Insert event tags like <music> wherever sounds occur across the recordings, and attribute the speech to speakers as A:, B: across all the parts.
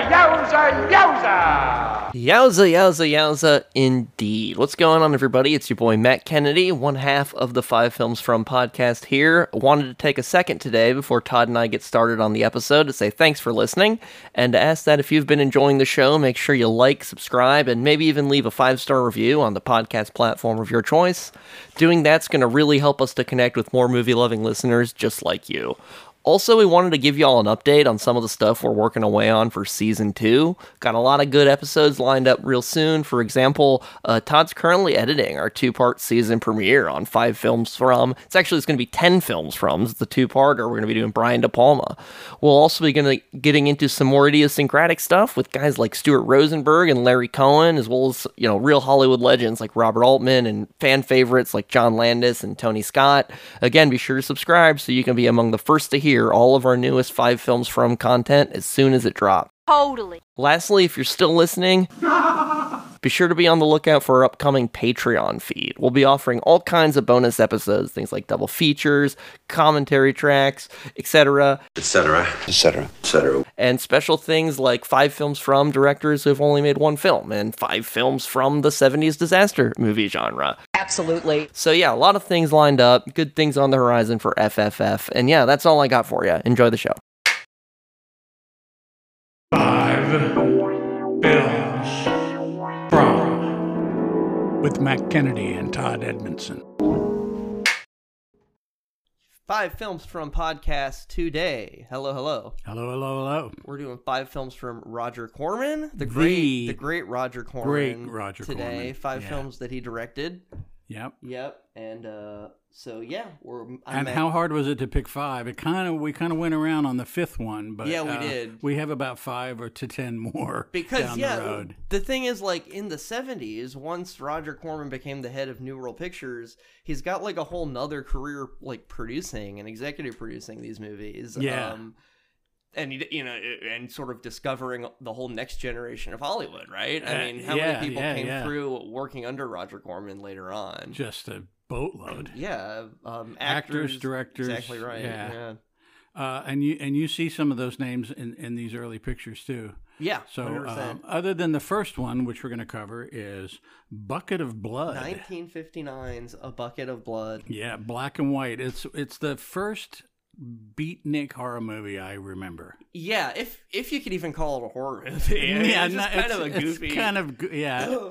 A: Yowza, yowza!
B: Yowza, yowza, yowza, indeed. What's going on, everybody? It's your boy Matt Kennedy, one half of the Five Films From podcast here. Wanted to take a second today before Todd and I get started on the episode to say thanks for listening and to ask that if you've been enjoying the show, make sure you like, subscribe, and maybe even leave a five star review on the podcast platform of your choice. Doing that's going to really help us to connect with more movie loving listeners just like you. Also, we wanted to give y'all an update on some of the stuff we're working away on for season two. Got a lot of good episodes lined up real soon. For example, uh, Todd's currently editing our two part season premiere on five films from. It's actually it's going to be 10 films from. It's the two parter. We're going to be doing Brian De Palma. We'll also be going to getting into some more idiosyncratic stuff with guys like Stuart Rosenberg and Larry Cohen, as well as, you know, real Hollywood legends like Robert Altman and fan favorites like John Landis and Tony Scott. Again, be sure to subscribe so you can be among the first to hear all of our newest five films from content as soon as it drops.
C: Totally.
B: Lastly, if you're still listening, be sure to be on the lookout for our upcoming Patreon feed. We'll be offering all kinds of bonus episodes, things like double features, commentary tracks, etc.,
D: etc., etc., etc.
B: And special things like five films from directors who have only made one film and five films from the 70s disaster movie genre.
E: Absolutely.
B: So, yeah, a lot of things lined up, good things on the horizon for FFF. And yeah, that's all I got for you. Enjoy the show.
F: Five films from with Matt Kennedy and Todd Edmondson.
B: Five films from podcast today. Hello, hello.
F: Hello, hello, hello.
B: We're doing five films from Roger Corman, the great, the great Roger Corman.
F: great Roger
B: today.
F: Corman,
B: Five
F: yeah.
B: films that he directed.
F: Yep.
B: Yep. And uh, so yeah, we're I
F: And
B: met-
F: how hard was it to pick five? It kind of we kind of went around on the fifth one, but
B: Yeah, we
F: uh,
B: did.
F: We have about five or to ten more
B: <laughs> because
F: down
B: yeah,
F: the road.
B: the thing is like in the '70s, once Roger Corman became the head of New World Pictures, he's got like a whole nother career like producing and executive producing these movies.
F: Yeah.
B: Um, and he d- you know, and sort of discovering the whole next generation of Hollywood, right?
F: Uh,
B: I mean, how
F: yeah,
B: many people
F: yeah,
B: came
F: yeah.
B: through working under Roger Corman later on?
F: Just a boatload.
B: yeah, um,
F: Actors,
B: actors,
F: directors,
B: exactly right.
F: yeah.
B: yeah,
F: Uh, and you and you see some of those names in, in these early pictures too.
B: Yeah,
F: So
B: 100%.
F: um, other than the first one, which we're going to cover, is Bucket of Blood.
B: 1959's A Bucket of Blood.
F: Yeah, black and white. It's it's the first beatnik horror movie I remember.
B: Yeah, if if you could even call it a horror <laughs> movie. it's just
F: not-
B: kind of a
F: it's- it's
B: goofy.
F: kind of go- yeah.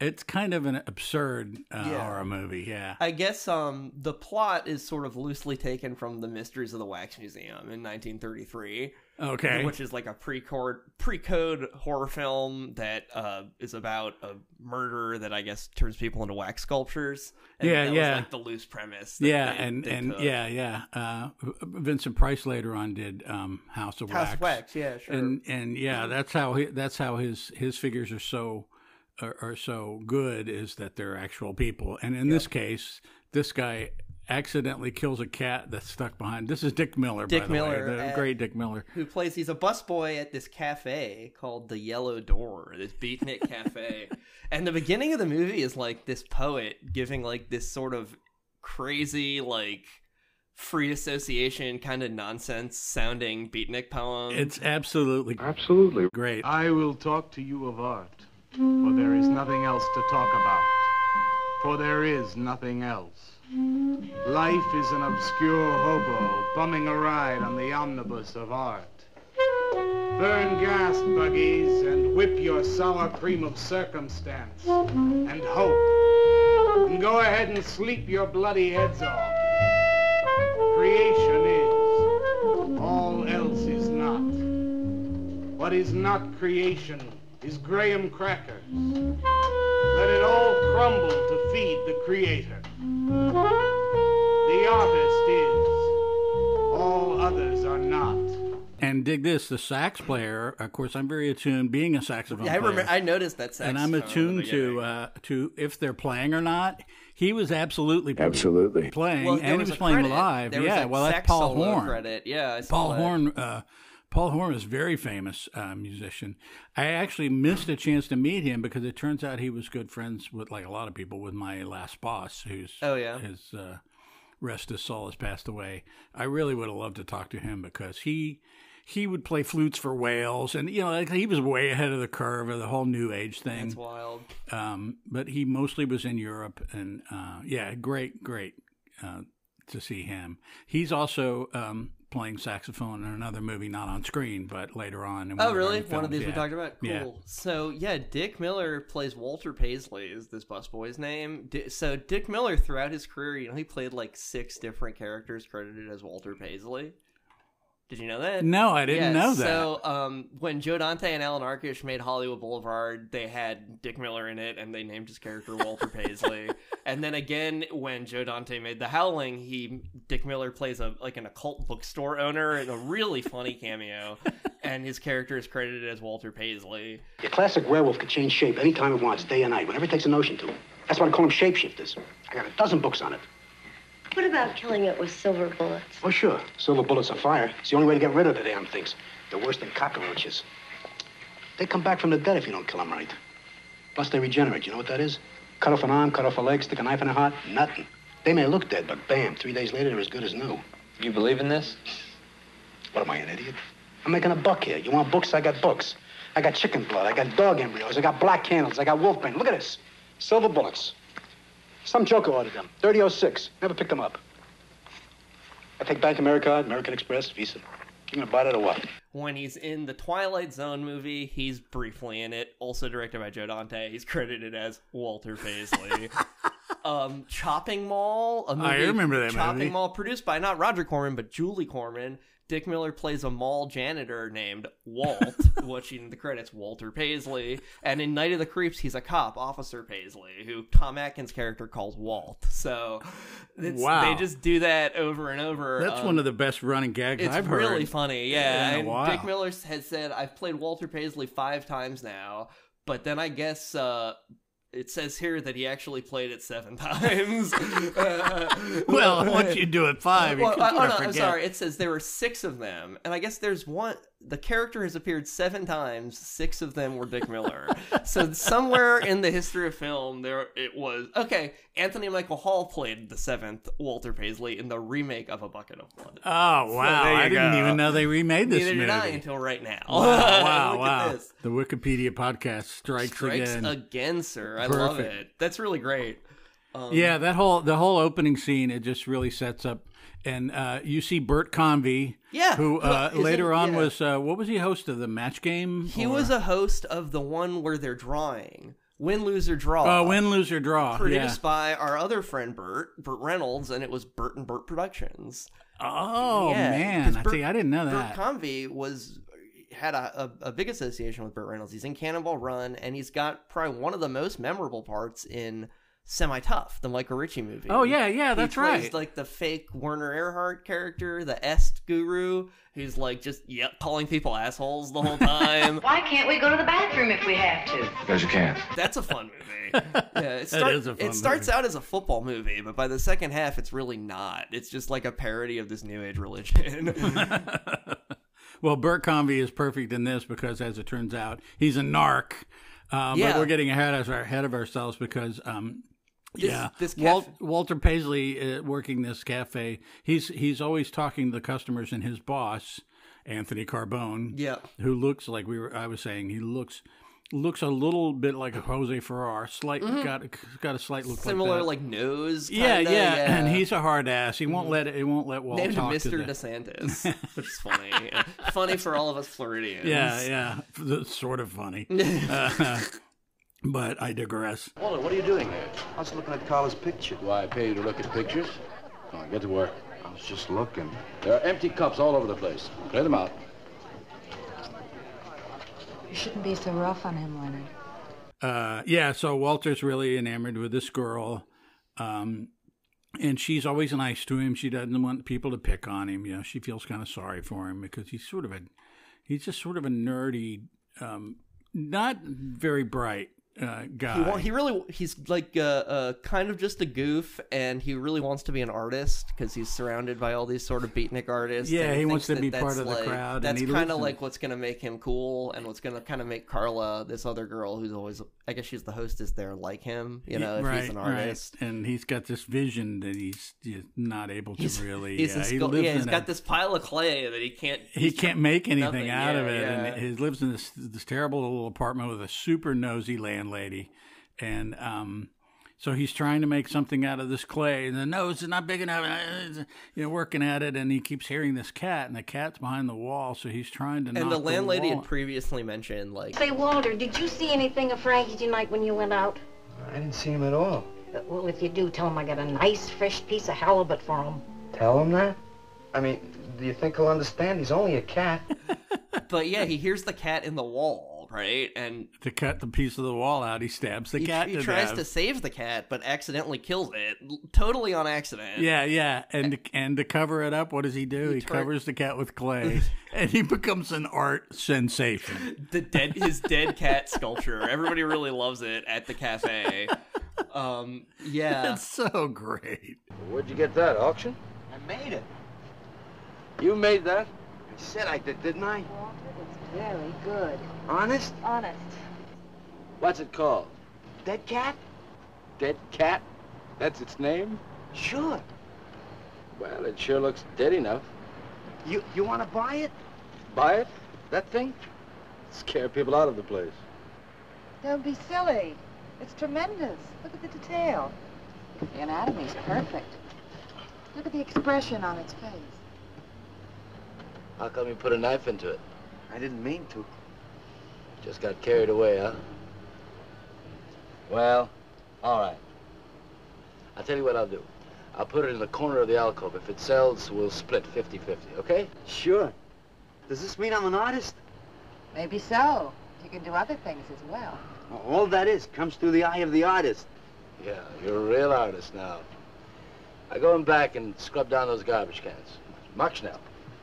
F: It's kind of an absurd uh,
B: Yeah.
F: horror movie. Yeah.
B: <coughs> I guess um the plot is sort of loosely taken from the Mysteries of the Wax Museum in 1933,
F: Okay.
B: which is like a pre-code pre-code horror film that uh is about a murder that I guess turns people into wax sculptures. And
F: Yeah,
B: that
F: yeah.
B: Was like the loose premise. that
F: yeah,
B: they-
F: and
B: they
F: and
B: took.
F: yeah, yeah. Uh, V- Vincent Price later on did um, House of
B: House
F: Wax.
B: of Wax. Yeah, sure. Mm-hmm.
F: and and yeah, that's how he, that's how his his figures are so are, are so good is that they're actual people. And in this case, this guy accidentally kills a cat that's stuck behind. This is Dick Miller,
B: Dick
F: by the
B: Miller,
F: way, the
B: uh,
F: great Dick Miller.
B: who plays he's a busboy at this cafe called the Yellow Door, this beatnik cafe. And the beginning of the movie is like this poet giving like this sort of crazy like free association kind of nonsense sounding beatnik poem.
F: It's absolutely
G: Absolutely.
F: great.
G: I will talk to you of art, for there is nothing else to talk about. For there is nothing else. Life is an obscure hobo bumming a ride on the omnibus of art. Burn gas, buggies, and whip your sour cream of circumstance and hope. And go ahead and sleep your bloody heads off. Creation is. All else is not. What is not creation is graham crackers. Let it all crumble to feed the creator. The artist is. All others are not.
F: And dig this: the sax player. Of course, I'm very attuned, being a saxophone.
B: I remember
F: player.
B: I noticed that
F: and I'm attuned to uh, to if they're playing or not. He was absolutely absolutely playing, and he was playing live. yeah, well, that's Paul Horn.
B: Credit. Yeah, I saw
F: Paul
B: that.
F: Horn. Uh, Paul Horn is a very famous uh, musician. I actually missed a chance to meet him because it turns out he was good friends with, like a lot of people, with my last boss, who's
B: Oh, yeah.
F: his uh, rest his soul has passed away. I really would have loved to talk to him because he he would play flutes for whales, and you know like, he was way ahead of the curve of the whole new age thing.
H: Wild.
F: Um, but he mostly was in Europe, and uh, yeah, great, great uh, to see him. He's also um, playing saxophone in another movie, not on screen, but later on. In one
B: Oh,
F: our
B: really?
F: new
B: One of
F: films,
B: these we
F: yeah.
B: talked about. Cool.
F: Yeah.
B: So yeah, Dick Miller plays Walter Paisley. Is this busboy's name? Di- so Dick Miller, throughout his career, you know, he played like six different characters credited as Walter Paisley. Did you know that?
F: No, I
B: Yeah,
F: didn't know that.
B: So um, when Joe Dante and Alan Arkish made Hollywood Boulevard, they had Dick Miller in it, and they named his character
F: <laughs>
B: Walter Paisley. And then again, when Joe Dante made The Howling, he Dick Miller plays a like an occult bookstore owner in a really
F: <laughs>
B: funny cameo, and his character is credited as Walter Paisley.
D: Your classic werewolf can change shape any time it wants, day or night, whenever it takes a notion to. That's why I call them shapeshifters. I got a dozen books on it.
I: What about killing it with silver bullets?
D: Oh, sure. Silver bullets are fire. It's the only way to get rid of the damn things. They're worse than cockroaches. They come back from the dead if you don't kill them right. Plus, they regenerate. You know what that is? Cut off an arm, cut off a leg, stick a knife in a heart, nothing. They may look dead, but bam, three days later, they're as good as new.
J: You believe in this?
D: What am I, an idiot? I'm making a buck here. You want books? I got books. I got chicken blood. I got dog embryos. I got black candles. I got wolf paint. Look at this. Silver bullets. Some joker ordered them. 3006. Never picked them up. I take Bank America, American Express, Visa. You gonna buy that or what?
B: When he's in the Twilight Zone movie, he's briefly in it, also directed by Joe Dante. He's credited as Walter
F: <laughs>
B: Paisley. um, Chopping Mall, a movie,
F: I remember that
B: Chopping
F: movie.
B: Mall, produced by not Roger Corman but Julie Corman. Dick Miller plays a mall janitor named
F: <laughs>
B: Walt, watching the credits, Walter Paisley. And in Night of the Creeps, he's a cop, Officer Paisley, who Tom Atkins' character calls Walt. So it's,
F: Wow.
B: they just do that over and over.
F: That's
B: um,
F: one of the best running gags
B: it's
F: I've heard.
B: really funny, yeah.
F: in a
B: And
F: while.
B: Dick Miller has said, "I've played Walter Paisley five times now," but then I guess uh, it says here that he actually played it seven <laughs>
F: <laughs>
B: times. Uh,
F: <laughs> Well,
B: <laughs>
F: once you do it five, you
B: well,
F: can
B: I,
F: sort
B: oh
F: of
B: no, I'm
F: forget.
B: sorry. It says there were six of them, and I guess there's one. The character has appeared seven times. Six of them were Dick
F: <laughs>
B: Miller. so somewhere in the history of film, there it was. Okay, Anthony Michael Hall played the seventh Walter Paisley in the remake of A Bucket of Blood.
F: Oh wow!
B: there
F: I
B: you
F: didn't
B: go.
F: even know they remade this
B: Neither
F: movie.
B: did I <laughs> until right now. <laughs>
F: wow!
B: Look
F: wow!
B: At this.
F: The Wikipedia podcast strikes,
B: Strikes
F: again.
B: again. sir. I love
F: Perfect.
B: it. That's really great. Um,
F: Yeah, that whole the whole opening scene it just really sets up, and uh, you see Bert Convey,
B: Yeah,
F: who uh,
B: who is
F: later
B: in-
F: on
B: yeah.
F: was uh, what was he host of the Match Game?
B: He
F: or-
B: was a host of the one where they're drawing win, lose, or draw.
F: uh, win, lose or draw.
B: Produced
F: Yeah.
B: by our other friend Bert, Bert Reynolds, and it was Bert and Bert Productions.
F: Oh
B: Yeah,
F: man,
B: 'cause
F: I
B: Bert-
F: see. I didn't know
B: Bert
F: that.
B: Convey was had a, a, a big association with Burt Reynolds. He's in Cannonball Run, and he's got probably one of the most memorable parts in Semi Tough, the Michael Ritchie movie.
F: Oh, yeah, yeah,
B: He
F: that's
B: plays,
F: right.
B: Like the fake Werner Earhart character, the Est guru, who's like just yep calling people assholes the whole time.
F: <laughs>
I: Why can't we go to the bathroom if we have to?
J: Because you can't.
B: That's a fun
F: <laughs>
B: movie. Yeah, it, start-
F: is a fun
B: it starts
F: movie.
B: out as a football movie, but by the second half, it's really not. It's just like a parody of this new age religion. <laughs>
F: well, Bert Convey is perfect in this because, as it turns out, he's a narc. Um, But
B: Yeah.
F: we're getting ahead of, our, ahead of ourselves because, um, yeah,
B: this caf-
F: Walt, Walter Paisley uh, working this cafe. He's he's always talking to the customers and his boss, Anthony Carbone.
B: Yeah.
F: who looks like we were. I was saying he looks looks a little bit like Jose Ferrar. Slight got got a slight look
B: Mm-hmm. Similar,
F: like that.
B: like nose.
F: yeah,
B: kinda, Mm-hmm.
F: yeah, and he's a hard ass. He won't let he won't let Walt
B: <laughs> named
F: talk to
B: Mr.
F: the- <laughs>
B: DeSantis, which is funny. <laughs> funny for all of us Floridians.
F: Yeah,
B: <laughs>
F: yeah. <laughs> That's sort of funny. <laughs> Uh, but I digress.
K: Walter, what are you doing there? I was looking at Carla's picture.
L: Why, I pay you to look at pictures? Come on, get to work.
K: I was just looking.
L: There are empty cups all over the place. Clear them out.
I: You shouldn't be so rough on him, Leonard.
F: Uh, yeah, so Walter's really enamored with this girl. Um, and she's always nice to him. She doesn't want people to pick on him. You know, she feels kind of sorry for him because he's sort of a, he's just sort of a nerdy, um, not very bright uh, guy.
B: He, wa- he really he's like uh, uh, kind of just a goof, and he really wants to be an artist because he's surrounded by all these sort of beatnik artists.
F: Yeah,
B: and
F: he wants
B: thinks
F: to be
B: that
F: part
B: that's,
F: of the
B: like-
F: crowd, and
B: That's
F: he
B: kind of
F: listens.
B: like what's going to make him cool, and what's going to kind of make Carla, this other girl who's always I guess she's the hostess there, like him. You
F: Yeah,
B: know, if he's an artist.
F: Right. And he's got this vision that he's, he's not able to
B: He's,
F: really.
B: he's,
F: yeah,
B: in
F: he
B: Scot-
F: lives
B: yeah, he's
F: in
B: got
F: a-
B: this pile of clay that he can't.
F: He can't make anything
B: nothing,
F: out of
B: yeah,
F: it,
B: yeah.
F: and he lives in this this terrible little apartment with a super nosy landlady, and um, so he's trying to make something out of this clay, and the nose is not big enough. and, You know, working at it, and he keeps hearing this cat, and the cat's behind the wall, so he's trying to. knock
B: And the landlady
F: wall.
B: had previously mentioned, like,
J: Say, Walter, did you see anything of Frankie tonight when you went out?
K: I didn't see him at all.
J: Uh, Well, if you do, tell him I got a nice fresh piece of halibut for him.
K: Tell him that? I mean, do you think he'll understand? He's only a cat.
B: but yeah, he hears the cat in the wall, right? And
F: to cut the piece of the wall out. He stabs the
B: he,
F: cat.
B: he
F: to
B: tries
F: death.
B: to save the cat, but accidentally kills it, l- totally on accident.
F: Yeah, yeah, and and to cover it up, what does he do? He,
B: turn-
F: covers the cat with clay,
B: <laughs>
F: and he becomes an art sensation.
B: the dead his dead cat sculpture. Everybody really loves it at the cafe. Um, yeah,
F: That's so great.
L: Where'd you get that? Auction?
K: I made it.
L: You made that?
K: I said I did, didn't I?
J: Walter, it's very good.
K: Honest?
J: Honest.
L: What's it called?
K: Dead cat?
L: Dead Cat? That's its name?
K: Sure.
L: Well, it sure looks dead enough.
K: You you want to buy it?
L: Buy it? That thing? Scare people out of the place.
M: Don't be silly. It's tremendous. Look at the detail. The anatomy's perfect. Look at the expression on its face.
L: How come you put a knife into it?
K: I didn't mean to.
L: Just got carried away, huh? Well, all right. I'll tell you what I'll do. I'll put it in the corner of the alcove. If it sells, we'll split 50-50, okay?
K: Sure. Does this mean I'm an artist?
M: Maybe so. You can do other things as well.
K: All that is comes through the eye of the artist.
L: Yeah, you're a real artist now. I go in back and scrub down those garbage cans. Much now.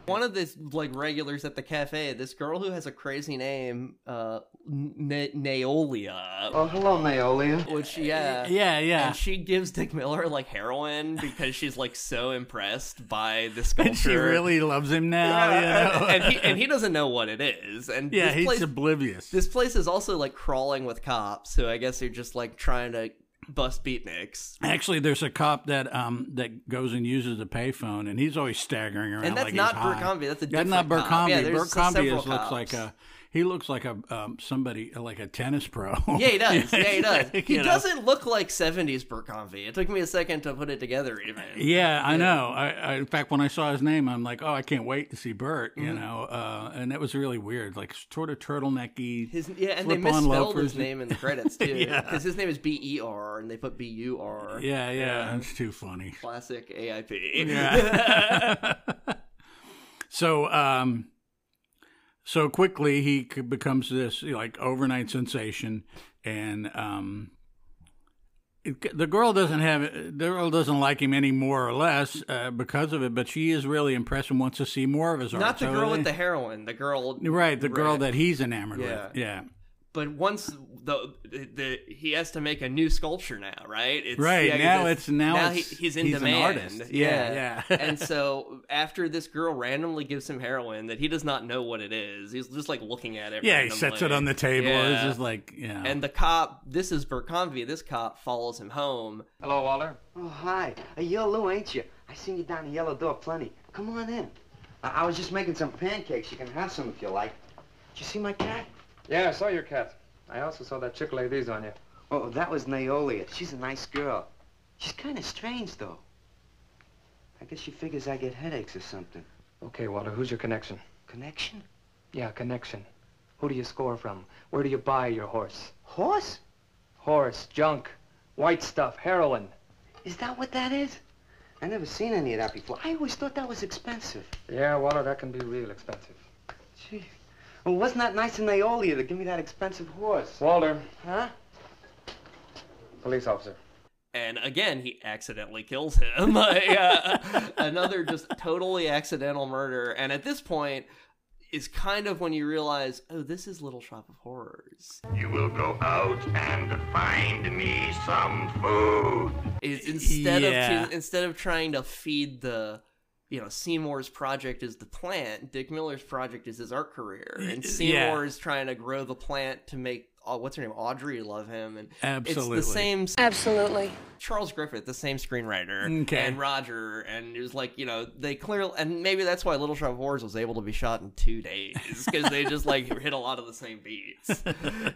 B: one of the like regulars at the cafe. This girl who has a crazy name, uh, N- Naolia,
K: Oh, hello, Naolia.
B: which yeah.
F: Yeah, yeah.
B: Uh, And she gives Dick Miller like heroin because she's like so impressed by the sculpture. Uh,
F: <laughs> And she really loves him now. you know?
B: and he and he doesn't know what it is. And
F: <laughs> yeah,
B: this
F: he's
B: place-
F: oblivious.
B: This place is also like crawling with cops who I guess are just like trying to bust beatniks.
F: Actually, there's a cop that um that goes and uses a payphone, and he's always staggering around.
B: And that's
F: like
B: not
F: he's high.
B: Burkhambi, that's a
F: That's not
B: different cop.
F: Burkhambi.
B: Yeah, there's
F: Burkhambi
B: several
F: is, looks
B: cops.
F: like a he looks like a um somebody like a tennis pro.
B: Yeah, he
F: <laughs>
B: does. Yeah, he does. He
F: You know?
B: doesn't look like 70s Burkhamvi. It took me a second to put it together, even.
F: Yeah, I know. I, I, in fact, when I saw his name, I'm like, oh, I can't wait to see Bert.
B: Mm-hmm.
F: You know, uh, and that was really weird, like sort of turtlenecky.
B: His, yeah, and they
F: slip-on
B: misspelled
F: loafers.
B: his name in the
F: <laughs>
B: credits, too. Because
F: Yeah.
B: his name is B E R, and they put B U R.
F: Yeah, yeah, that's too funny.
B: Classic AIP.
F: Yeah. <laughs> so, um, so quickly he c- becomes this like overnight sensation, and um, it, the girl doesn't have the girl doesn't like him any more or less uh, because of it, but she is really impressed and wants to see more of his art.
B: Not the
F: So
B: girl
F: they-
B: with the heroin, the girl.
F: Right, the girl
B: Right.
F: that he's enamored
B: Yeah.
F: with. Yeah.
B: But once the, the, the he has to make a new sculpture now, right? It's,
F: Right,
B: yeah,
F: now
B: this-
F: it's- now it's-
B: he's in
F: he's an
B: demand.
F: artist. Yeah, yeah.
B: and
F: <laughs>
B: so after this girl randomly gives him heroin that he does not know what it is, he's just like looking at it.
F: Yeah, he sets it
B: randomly.
F: on the table. It's
B: Yeah.
F: just like, oh. yeah.
B: and the cop, this is Burkonvi. This cop follows him home.
A: Hello, Walter.
K: Oh, hi. Hey, you're Lou, ain't you? I seen you down the yellow door plenty. Come on in. I, I was just making some pancakes. You can have some if you like. Did you see my cat?
A: Yeah, I saw your cat. I also saw that chick lay these on you.
K: Oh, that was Naolia. She's a nice girl. She's kind of strange, though. I guess she figures I get headaches or something.
A: Okay, Walter, who's your connection?
K: Connection?
A: Yeah, connection. Who do you score from? Where do you buy your horse?
K: Horse?
A: Horse, junk, white stuff, heroin.
K: Is that what that is? I never seen any of that before. I always thought that was expensive.
A: Yeah, Walter, that can be real expensive.
K: Gee. Well, wasn't that nice of Naolia to give me that expensive horse?
A: Walter,
K: Huh?
A: police officer.
B: And again, he accidentally kills him. <laughs> Yeah. another just totally accidental murder. And at this point, is kind of when you realize, oh, this is Little Shop of Horrors.
G: You will go out and find me some food.
B: Is instead
F: Yeah.
B: of instead of trying to feed the, you know, Seymour's project is the plant. Dick Miller's project is his art career, and
F: Yeah.
B: Seymour is trying to grow the plant to make uh, what's her name? Audrey love him, and
F: Absolutely.
B: it's the same.
N: Absolutely.
B: Charles Griffith, the same screenwriter,
F: Okay.
B: and Roger, and it was like you know they clearly, and maybe that's why Little Shop of Horrors was able to be shot in two days because they just like hit a lot of the same beats. <laughs>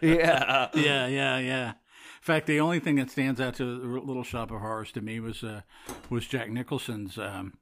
B: yeah.
F: yeah, yeah, yeah. In fact, the only thing that stands out to the Little Shop of Horrors to me was uh, was Jack Nicholson's um,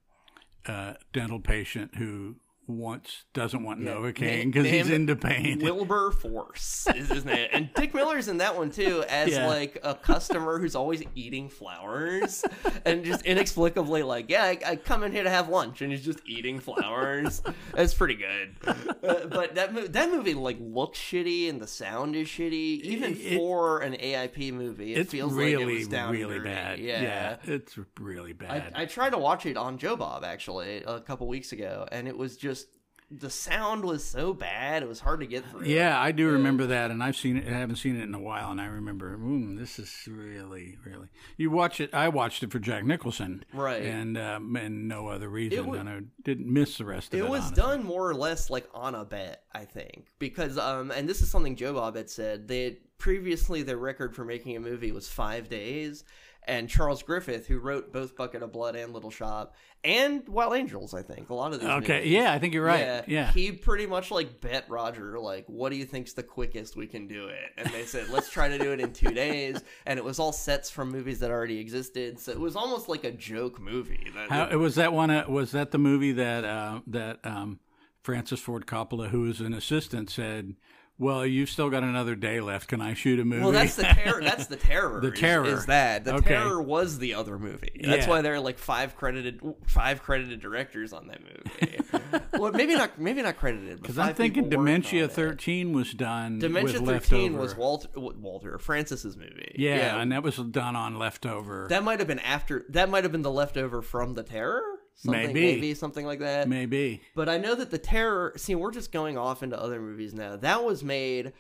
F: uh, dental patient who wants doesn't want Novocaine because he's
B: Named
F: into pain.
B: Wilbur Force is his name, and Dick Miller's in that one too, as
F: Yeah.
B: like a customer who's always eating flowers, and just inexplicably like, yeah, I, I come in here to have lunch, and he's just eating flowers. That's pretty good, Uh, but that mo- that movie like looks shitty, and the sound is shitty, even for an AIP movie. It
F: it's
B: feels
F: really,
B: like it was down
F: really
B: dirty.
F: bad.
B: Yeah.
F: it's really
B: I,
F: bad.
B: I tried to watch it on Joe Bob actually a couple weeks ago, and it was just the sound was so bad it was hard to get through.
F: yeah, I do remember that, and I've seen it. I haven't seen it in a while, and I remember, mm, this is really, really. You watch it. I watched it for Jack Nicholson,
B: Right.
F: and um, and no other reason,
B: wa-
F: and I didn't miss the rest of it.
B: It was
F: honestly.
B: done more or less like on a bet, I think, because um, and this is something Joe Bob had said that previously their record for making a movie was five days, and Charles Griffith, who wrote both Bucket of Blood and Little Shop and Wild Angels, I think a lot of these.
F: Okay,
B: movies.
F: yeah, I think you're right, yeah.
B: he pretty much like bet Roger like, what do you think's the quickest we can do it? And they said, let's try to do it in
F: <laughs>
B: two days, and it was all sets from movies that already existed, so it was almost like a joke movie. That
F: How, it was that one. Uh, was that the movie that uh, that um, Francis Ford Coppola, who was an assistant, said, "Well, you've still got another day left. Can I shoot a movie?"
B: Well,
F: <laughs>
B: that's the terror. That's the terror.
F: The
B: is-
F: terror.
B: is, that the
F: Okay.
B: terror was the other movie. That's
F: Yeah.
B: why there are like five credited five credited directors on that movie.
F: <laughs>
B: well, maybe not maybe not credited
F: Because
B: because
F: I'm thinking Dementia 13 was done.
B: Dementia
F: with
B: Thirteen
F: leftover.
B: was Walter Walter Francis's movie.
F: Yeah, and that was done on leftover.
B: that might have been after. That might have been the leftover from the terror. Something,
F: Maybe.
B: maybe something like that.
F: Maybe.
B: But I know that the terror. See, we're just going off into other movies now. That was made.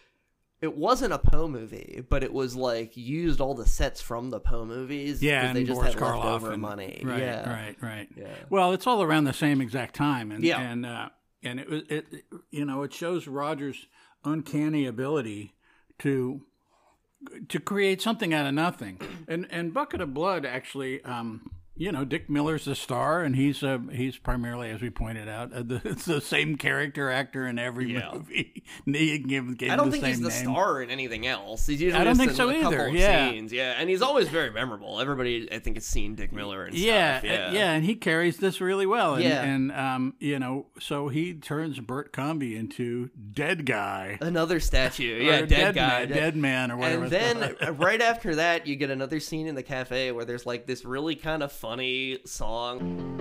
B: It wasn't a Poe movie, but it was like used all the sets from the Poe movies. 'cause
F: Yeah, and
B: they just
F: Boris
B: had
F: Karloff
B: leftover
F: and-
B: money.
F: Right,
B: yeah.
F: right, right.
B: Yeah.
F: Well, it's all around the same exact time, and
B: Yeah.
F: and uh, and it was it, you know it shows Rogers' uncanny ability to to create something out of nothing, and and Bucket of Blood actually. Um, you know, Dick Miller's the star, and he's uh, he's primarily, as we pointed out, uh, the, <laughs> it's the same character actor in every
B: Yeah.
F: movie. <laughs> He gave, gave
B: I
F: him
B: don't
F: the
B: think
F: same
B: he's the
F: name.
B: star in anything else. He's usually
F: I don't
B: just
F: think
B: in
F: so
B: a couple
F: either,
B: of
F: yeah.
B: scenes. Yeah, and he's always very memorable. Everybody, I think, has seen Dick Miller and
F: yeah,
B: stuff.
F: uh, yeah, and he carries this really well. And,
B: Yeah.
F: and um, you know, so he turns Bert Comby into dead guy,
B: another statue. Yeah,
F: Or
B: dead,
F: dead
B: guy,
F: man- dead man or whatever
B: And
F: it's
B: then right after that, you get another scene in the cafe where there's like this really kind of funny song.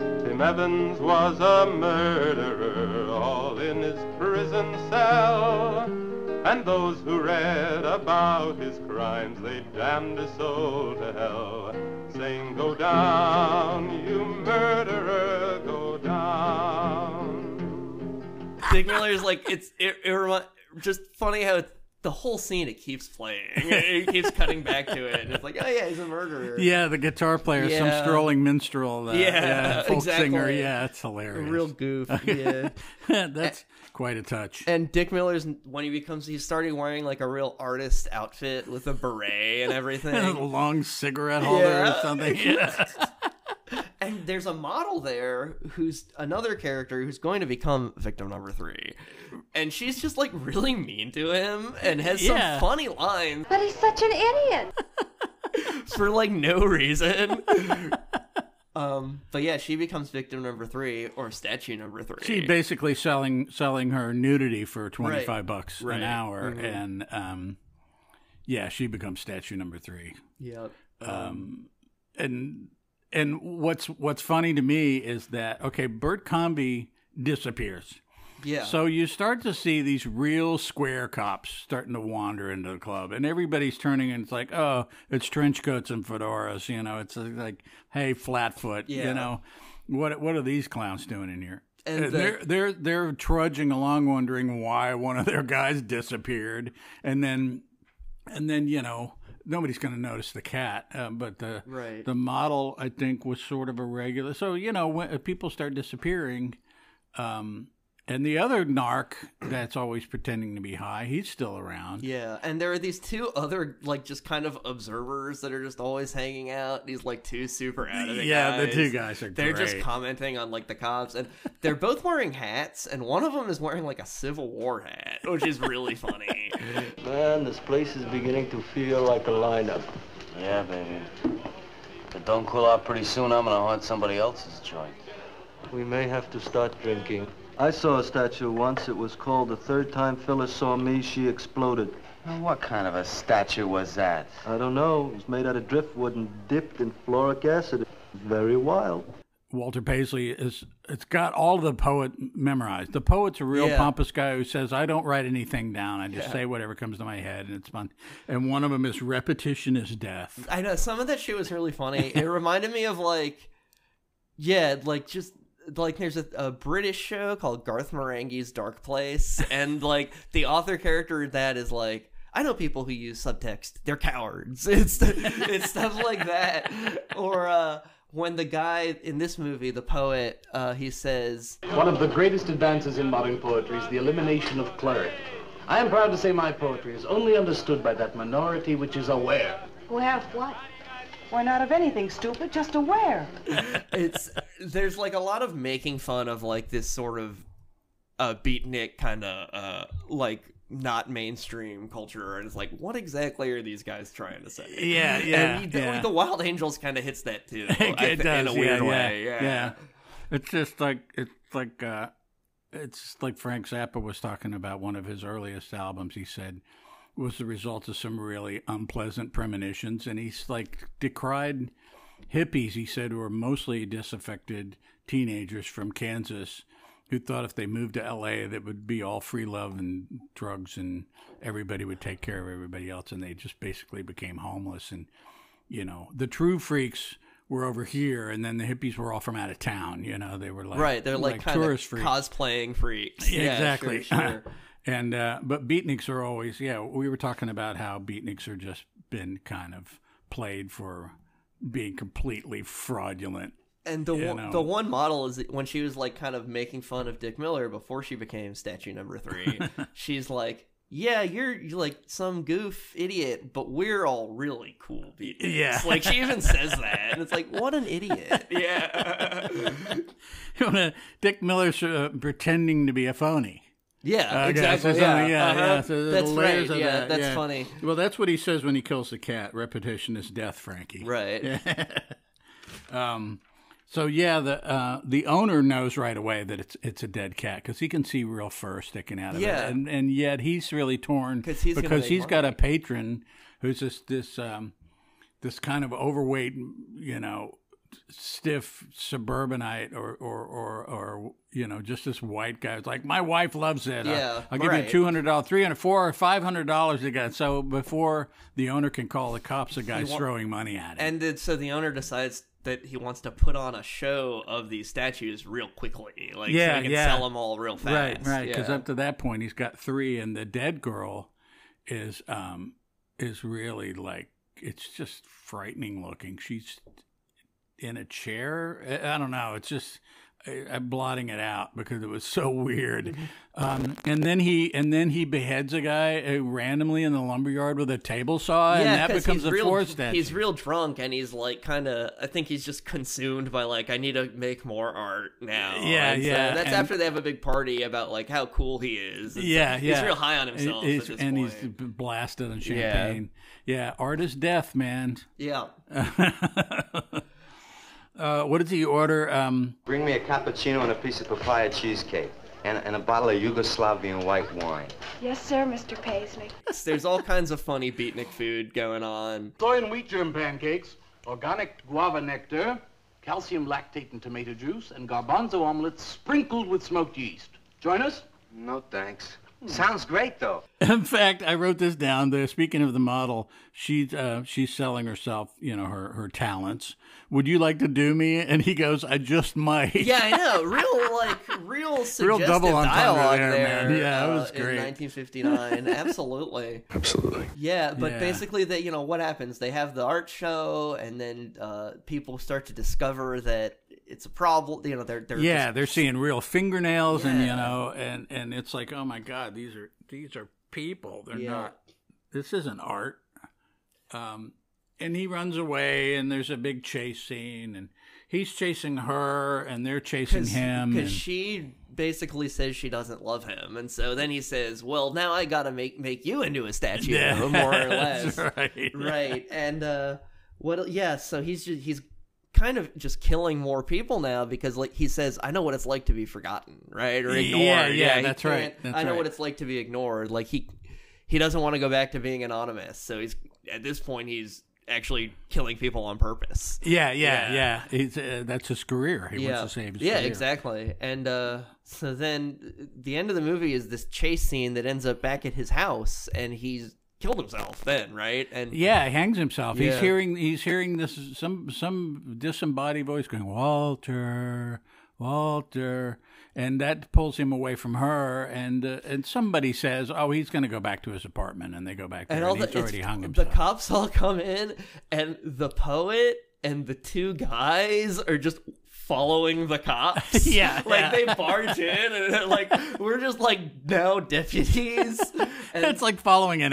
O: Tim Evans was a murderer, all in his prison cell. And those who read about his crimes, they damned his soul to hell, saying, Go down, you murderer, go down.
B: Dick Miller's like it's it, it remi- just funny how it, the whole scene it keeps playing, it keeps cutting back to it, and it's like, oh yeah, he's a murderer.
F: Yeah, the guitar player,
B: Yeah.
F: some strolling minstrel, uh,
B: Yeah, <laughs>
F: yeah, folk
B: exactly.
F: singer. Yeah, it's hilarious.
B: Real goof, yeah.
F: <laughs> that's quite a touch.
B: And Dick Miller's when he becomes he started wearing like a real artist outfit with a beret and
F: <laughs>
B: everything.
F: And <laughs> a long cigarette holder
B: Yeah. <laughs>
F: or something. <laughs> Yeah.
B: and there's a model there who's another character who's going to become victim number three. And she's just like really mean to him and has
N: Yeah.
B: some funny lines
N: But he's such an idiot.
B: for like no reason. <laughs> um but yeah, she becomes victim number three or statue number three.
F: She basically selling selling her nudity for twenty five bucks
B: Right.
F: an hour,
B: Mhm.
F: and um, yeah, she becomes statue number three.
B: Yep.
F: Um, and and what's what's funny to me is that okay, Bert Comby disappears.
B: Yeah.
F: So you start to see these real square cops starting to wander into the club, and everybody's turning and it's like, oh, it's trench coats and fedoras, you know. It's like, hey, Flatfoot,
B: Yeah.
F: you know, what what are these clowns doing in here?
B: And
F: And
B: the-
F: they're they're they're trudging along, wondering why one of their guys disappeared, and then and then you know nobody's going to notice the cat, uh, but the
B: Right.
F: the model I uh, think was sort of a regular. So you know when if people start disappearing, um, And the other narc that's always pretending to be high, he's still around.
B: Yeah, and there are these two other like just kind of observers that are just always hanging out. These like two super out of it.
F: Yeah, the
B: guys.
F: two guys are
B: They're just
F: great.
B: commenting on like the cops, and they're both wearing hats, and one of them is wearing like a Civil War hat, which is really funny.
P: Man, this place is beginning to feel like a lineup.
L: Yeah, baby. If it don't cool out pretty soon, I'm gonna haunt somebody else's joint.
P: We may have to start drinking. I saw a statue once. It was called The Third Time Phyllis Saw Me, She Exploded. what kind of a statue was that? I don't know. It was made out of driftwood and dipped in fluoric acid. Very wild.
F: Walter Paisley is it's got all the poet memorized. The poet's a real
P: Yeah.
F: pompous guy who says, "I don't write anything down. I just
B: Yeah.
F: say whatever comes to my head, and it's fun." And one of them is repetition is death.
B: I know some of that shit was really funny. It reminded me of like, yeah, like just like there's a, a British show called Garth Marenghi's Dark Place, and like the author character in that is like. I know people who use subtext. They're cowards. <laughs> It's it's stuff like that. Or uh, when the guy in this movie, the poet, uh, he says,
Q: One of the greatest advances in modern poetry is the elimination of clarity. I am proud to say my poetry is only understood by that minority which is aware.
M: Aware of what? We're not of anything stupid, just aware.
B: it's there's like a lot of making fun of like this sort of uh beatnik kind of uh like not mainstream culture and it's like what exactly are these guys trying to say
F: Yeah, yeah,
B: and the,
F: yeah.
B: the wild angels kind of hits that too
F: <laughs> it
B: I thi- in a
F: does,
B: weird
F: yeah,
B: way yeah,
F: It's just like it's like uh, it's like Frank Zappa was talking about one of his earliest albums. He said was the result of some really unpleasant premonitions, and he's like decried hippies. He said were mostly disaffected teenagers from Kansas who thought if they moved to L.A. that would be all free love and drugs, and everybody would take care of everybody else, and they just basically became homeless and you know, the true freaks were over here, and then the hippies were all from out of town. You know, they were like
B: right they're like, kind of
F: tourist freaks.
B: cosplaying freaks
F: Yeah,
B: Yeah,
F: exactly. <laughs>
B: sure, sure.
F: and uh, but beatniks are always yeah. We were talking about how beatniks are just been kind of played for being completely fraudulent. <laughs>
B: And the
F: you
B: one,
F: know.
B: the one model is when she was like kind of making fun of Dick Miller before she became statue number three.
F: <laughs>
B: she's like, "Yeah, you're, you're like some goof idiot, but we're all really cool people."
F: Yeah.
B: <laughs> like she even says that, and it's like, "What an
F: <laughs>
B: idiot!" Yeah,
F: You know, Dick Miller's uh, pretending to be a phony.
B: Yeah,
F: Uh,
B: exactly,
F: so
B: yeah,
F: something- yeah,
B: uh-huh.
F: yeah, so there's
B: That's
F: layers
B: right,
F: of
B: yeah,
F: that,
B: that's funny.
F: Well, that's what he says when he kills the cat. Repetition is death, Frankie. <laughs>
B: Right.
F: um, so yeah, the uh, the owner knows right away that it's it's a dead cat because he can see real fur sticking out of
B: Yeah.
F: it, and and yet he's really torn
B: 'Cause he's gonna
F: because
B: make
F: he's got a patron who's just this um, this kind of overweight, you know, stiff suburbanite or or or or you know, just this white guy. It's like my wife loves it. I-
B: Yeah,
F: I'll give
B: right.
F: you two hundred dollars, three hundred, four or five hundred dollars. They got so before the owner can call the cops, the guy's
B: wa-
F: throwing money at.
B: and then, so the owner decides that he wants to put on a show of these statues real quickly, like so he can sell them all real fast.
F: Right, right. Because
B: Yeah.
F: up to that point, he's got three, and the dead girl is um is really like it's just frightening looking. She's in a chair. I I don't know. It's just I- I'm blotting it out because it was so weird.
B: Mm-hmm.
F: Um, and then he and then he beheads a guy uh, randomly in the lumberyard with a table saw, and that
B: 'cause
F: becomes
B: he's
F: a
B: real,
F: fourth statue.
B: He's real drunk and he's like kind of. I think he's just consumed by like I need to make more art now.
F: Yeah,
B: And so
F: yeah,
B: that's
F: and-
B: after they have a big party about like how cool he is. And so
F: yeah, yeah.
B: He's real high on himself.
F: He's-
B: at this
F: and
B: point.
F: he's b- blasted on
B: Yeah.
F: champagne. Yeah. art is death, man.
B: Yeah.
F: uh, what does he order? Um, <laughs>
K: Bring me a cappuccino and a piece of papaya cheesecake and, and a bottle of Yugoslavian white wine.
N: Yes, sir, Mr. Paisley.
B: There's all kinds of funny beatnik food going on.
G: Soy and wheat germ pancakes, organic guava nectar, calcium lactate and tomato juice, and garbanzo omelets sprinkled with smoked yeast. Join us?
K: No, thanks. Sounds great, though.
F: in fact, I wrote this down. There, speaking of the model, she's uh, she's selling herself. You know her her talents. Would you like to do me? And he goes, I just might.
B: Yeah, I know. Real like real
F: <laughs> Real
B: suggestive
F: double entendre
B: dialogue
F: there,
B: there.
F: man. Yeah, that
B: uh,
F: was great.
B: In
F: <laughs>
B: 1959, absolutely.
R: Absolutely.
B: Yeah, but
F: Yeah.
B: basically, that you know what happens? They have the art show, and then uh, people start to discover that it's a problem. You know, they're they're
F: <laughs> yeah,
B: just-
F: they're seeing real fingernails, and you
B: Yeah.
F: know, and and it's like, oh my god, these are these are people. They're
B: Yeah.
F: not. This isn't art. Um, and he runs away, and there's a big chase scene, and he's chasing her, and they're chasing him.
B: because
F: And,
B: she basically says she doesn't love him, and so then he says, "Well, now I gotta make make you into a statue,
F: <laughs> Yeah,
B: more or
F: that's
B: less."
F: right.
B: right. And uh, what? Yeah. So he's just, he's kind of just killing more people now because like he says, "I know what it's like to be forgotten, right, or
F: Yeah,
B: ignored."
F: yeah,
B: he
F: that's right,
B: can't-
F: that's
B: I know
F: right.
B: what it's like to be ignored. Like he he doesn't want to go back to being anonymous, so he's at this point he's actually killing people on purpose.
F: yeah, yeah, yeah. He's, uh, that's his career. He
B: yeah.
F: wants to save his
B: Yeah,
F: career.
B: exactly. And uh, so then the end of the movie is this chase scene that ends up back at his house, and he's killed himself then, right? And
F: Yeah, he hangs himself. He's
B: Yeah.
F: hearing he's hearing this some some disembodied voice going, Walter, Walter, and that pulls him away from her. And uh, and somebody says, oh, he's going to go back to his apartment, and they go back there, and,
B: all the,
F: he's already
B: it's-
F: hung himself.
B: the cops all come in, and the poet and the two guys are just following the cops.
F: <laughs> Yeah,
B: <laughs> like
F: yeah.
B: they barge in, and they're like we're just like now
F: <laughs>
B: deputies. And
F: <laughs> it's like following an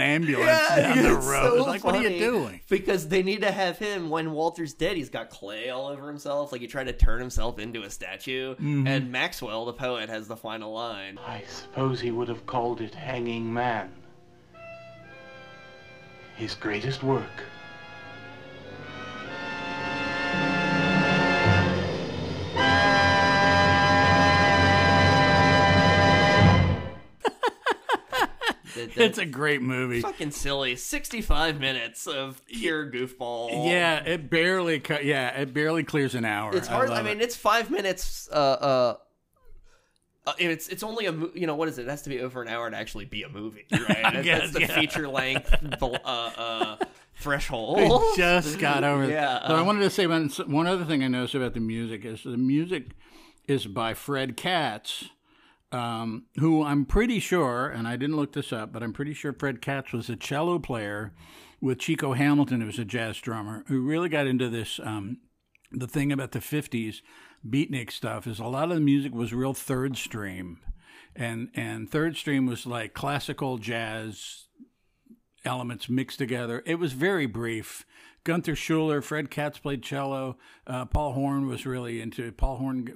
B: <laughs>
F: ambulance down the road.
B: it's so
F: It's like, what are you
B: funny,
F: doing?
B: Because they need to have him when Walter's dead. He's got clay all over himself. Like he tried to turn himself into a statue.
F: Mhm.
B: And Maxwell, the poet, has the final line.
G: Suppose he would have called it Hanging Man. His greatest work.
F: It's a great movie.
B: Fucking silly. Sixty-five minutes of pure goofball.
F: Yeah, it barely cut. Yeah, it barely clears an hour.
B: It's hard. I,
F: love it.
B: mean, it's five minutes. Uh, uh, uh, it's it's only a mo- you know what is it? It has to be over an hour to actually be a
F: <laughs>
B: movie, right? That's-
F: guess,
B: That's the
F: yeah.
B: feature length uh, uh, threshold. <laughs>
F: We <laughs> just got over. it.
B: Yeah.
F: Though I wanted to say one, one other thing I noticed about the music is the music is by Fred Katz, um, who I'm pretty sure, and I didn't look this up, but I'm pretty sure Fred Katz was a cello player with Chico Hamilton, who was a jazz drummer, who really got into this. Um, the thing about the '50s beatnik stuff is a lot of the music was real third stream, and and third stream was like classical jazz elements mixed together. It was very brief. Gunther Schuller, Fred Katz played cello. Uh, Paul Horn was really into it. Paul Horn g-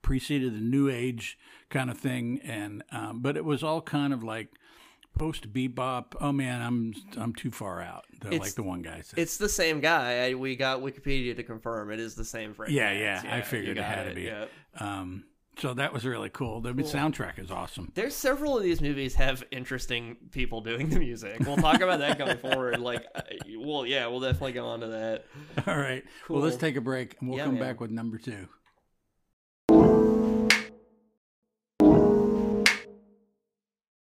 F: preceded the New Age kind of thing, and um, but it was all kind of like post bebop. Oh man, I'm I'm too far out. though,
B: It's-
F: like the one guy said.
B: It's the same guy. I, we got Wikipedia to confirm it is the same Frank.
F: Yeah, yeah,
B: Katz.
F: I
B: you
F: figured it
B: got
F: had to be.
B: yeah.
F: Um, so that was really cool. The
B: Cool.
F: soundtrack is awesome. <laughs>
B: There's several of these movies have interesting people doing the music. We'll talk about that going forward. Like, I- well, yeah, we'll definitely go on to that.
F: All right. Well, let's
B: Cool.
F: take a break and we'll
B: Yeah,
F: come
B: man.
F: back with number two.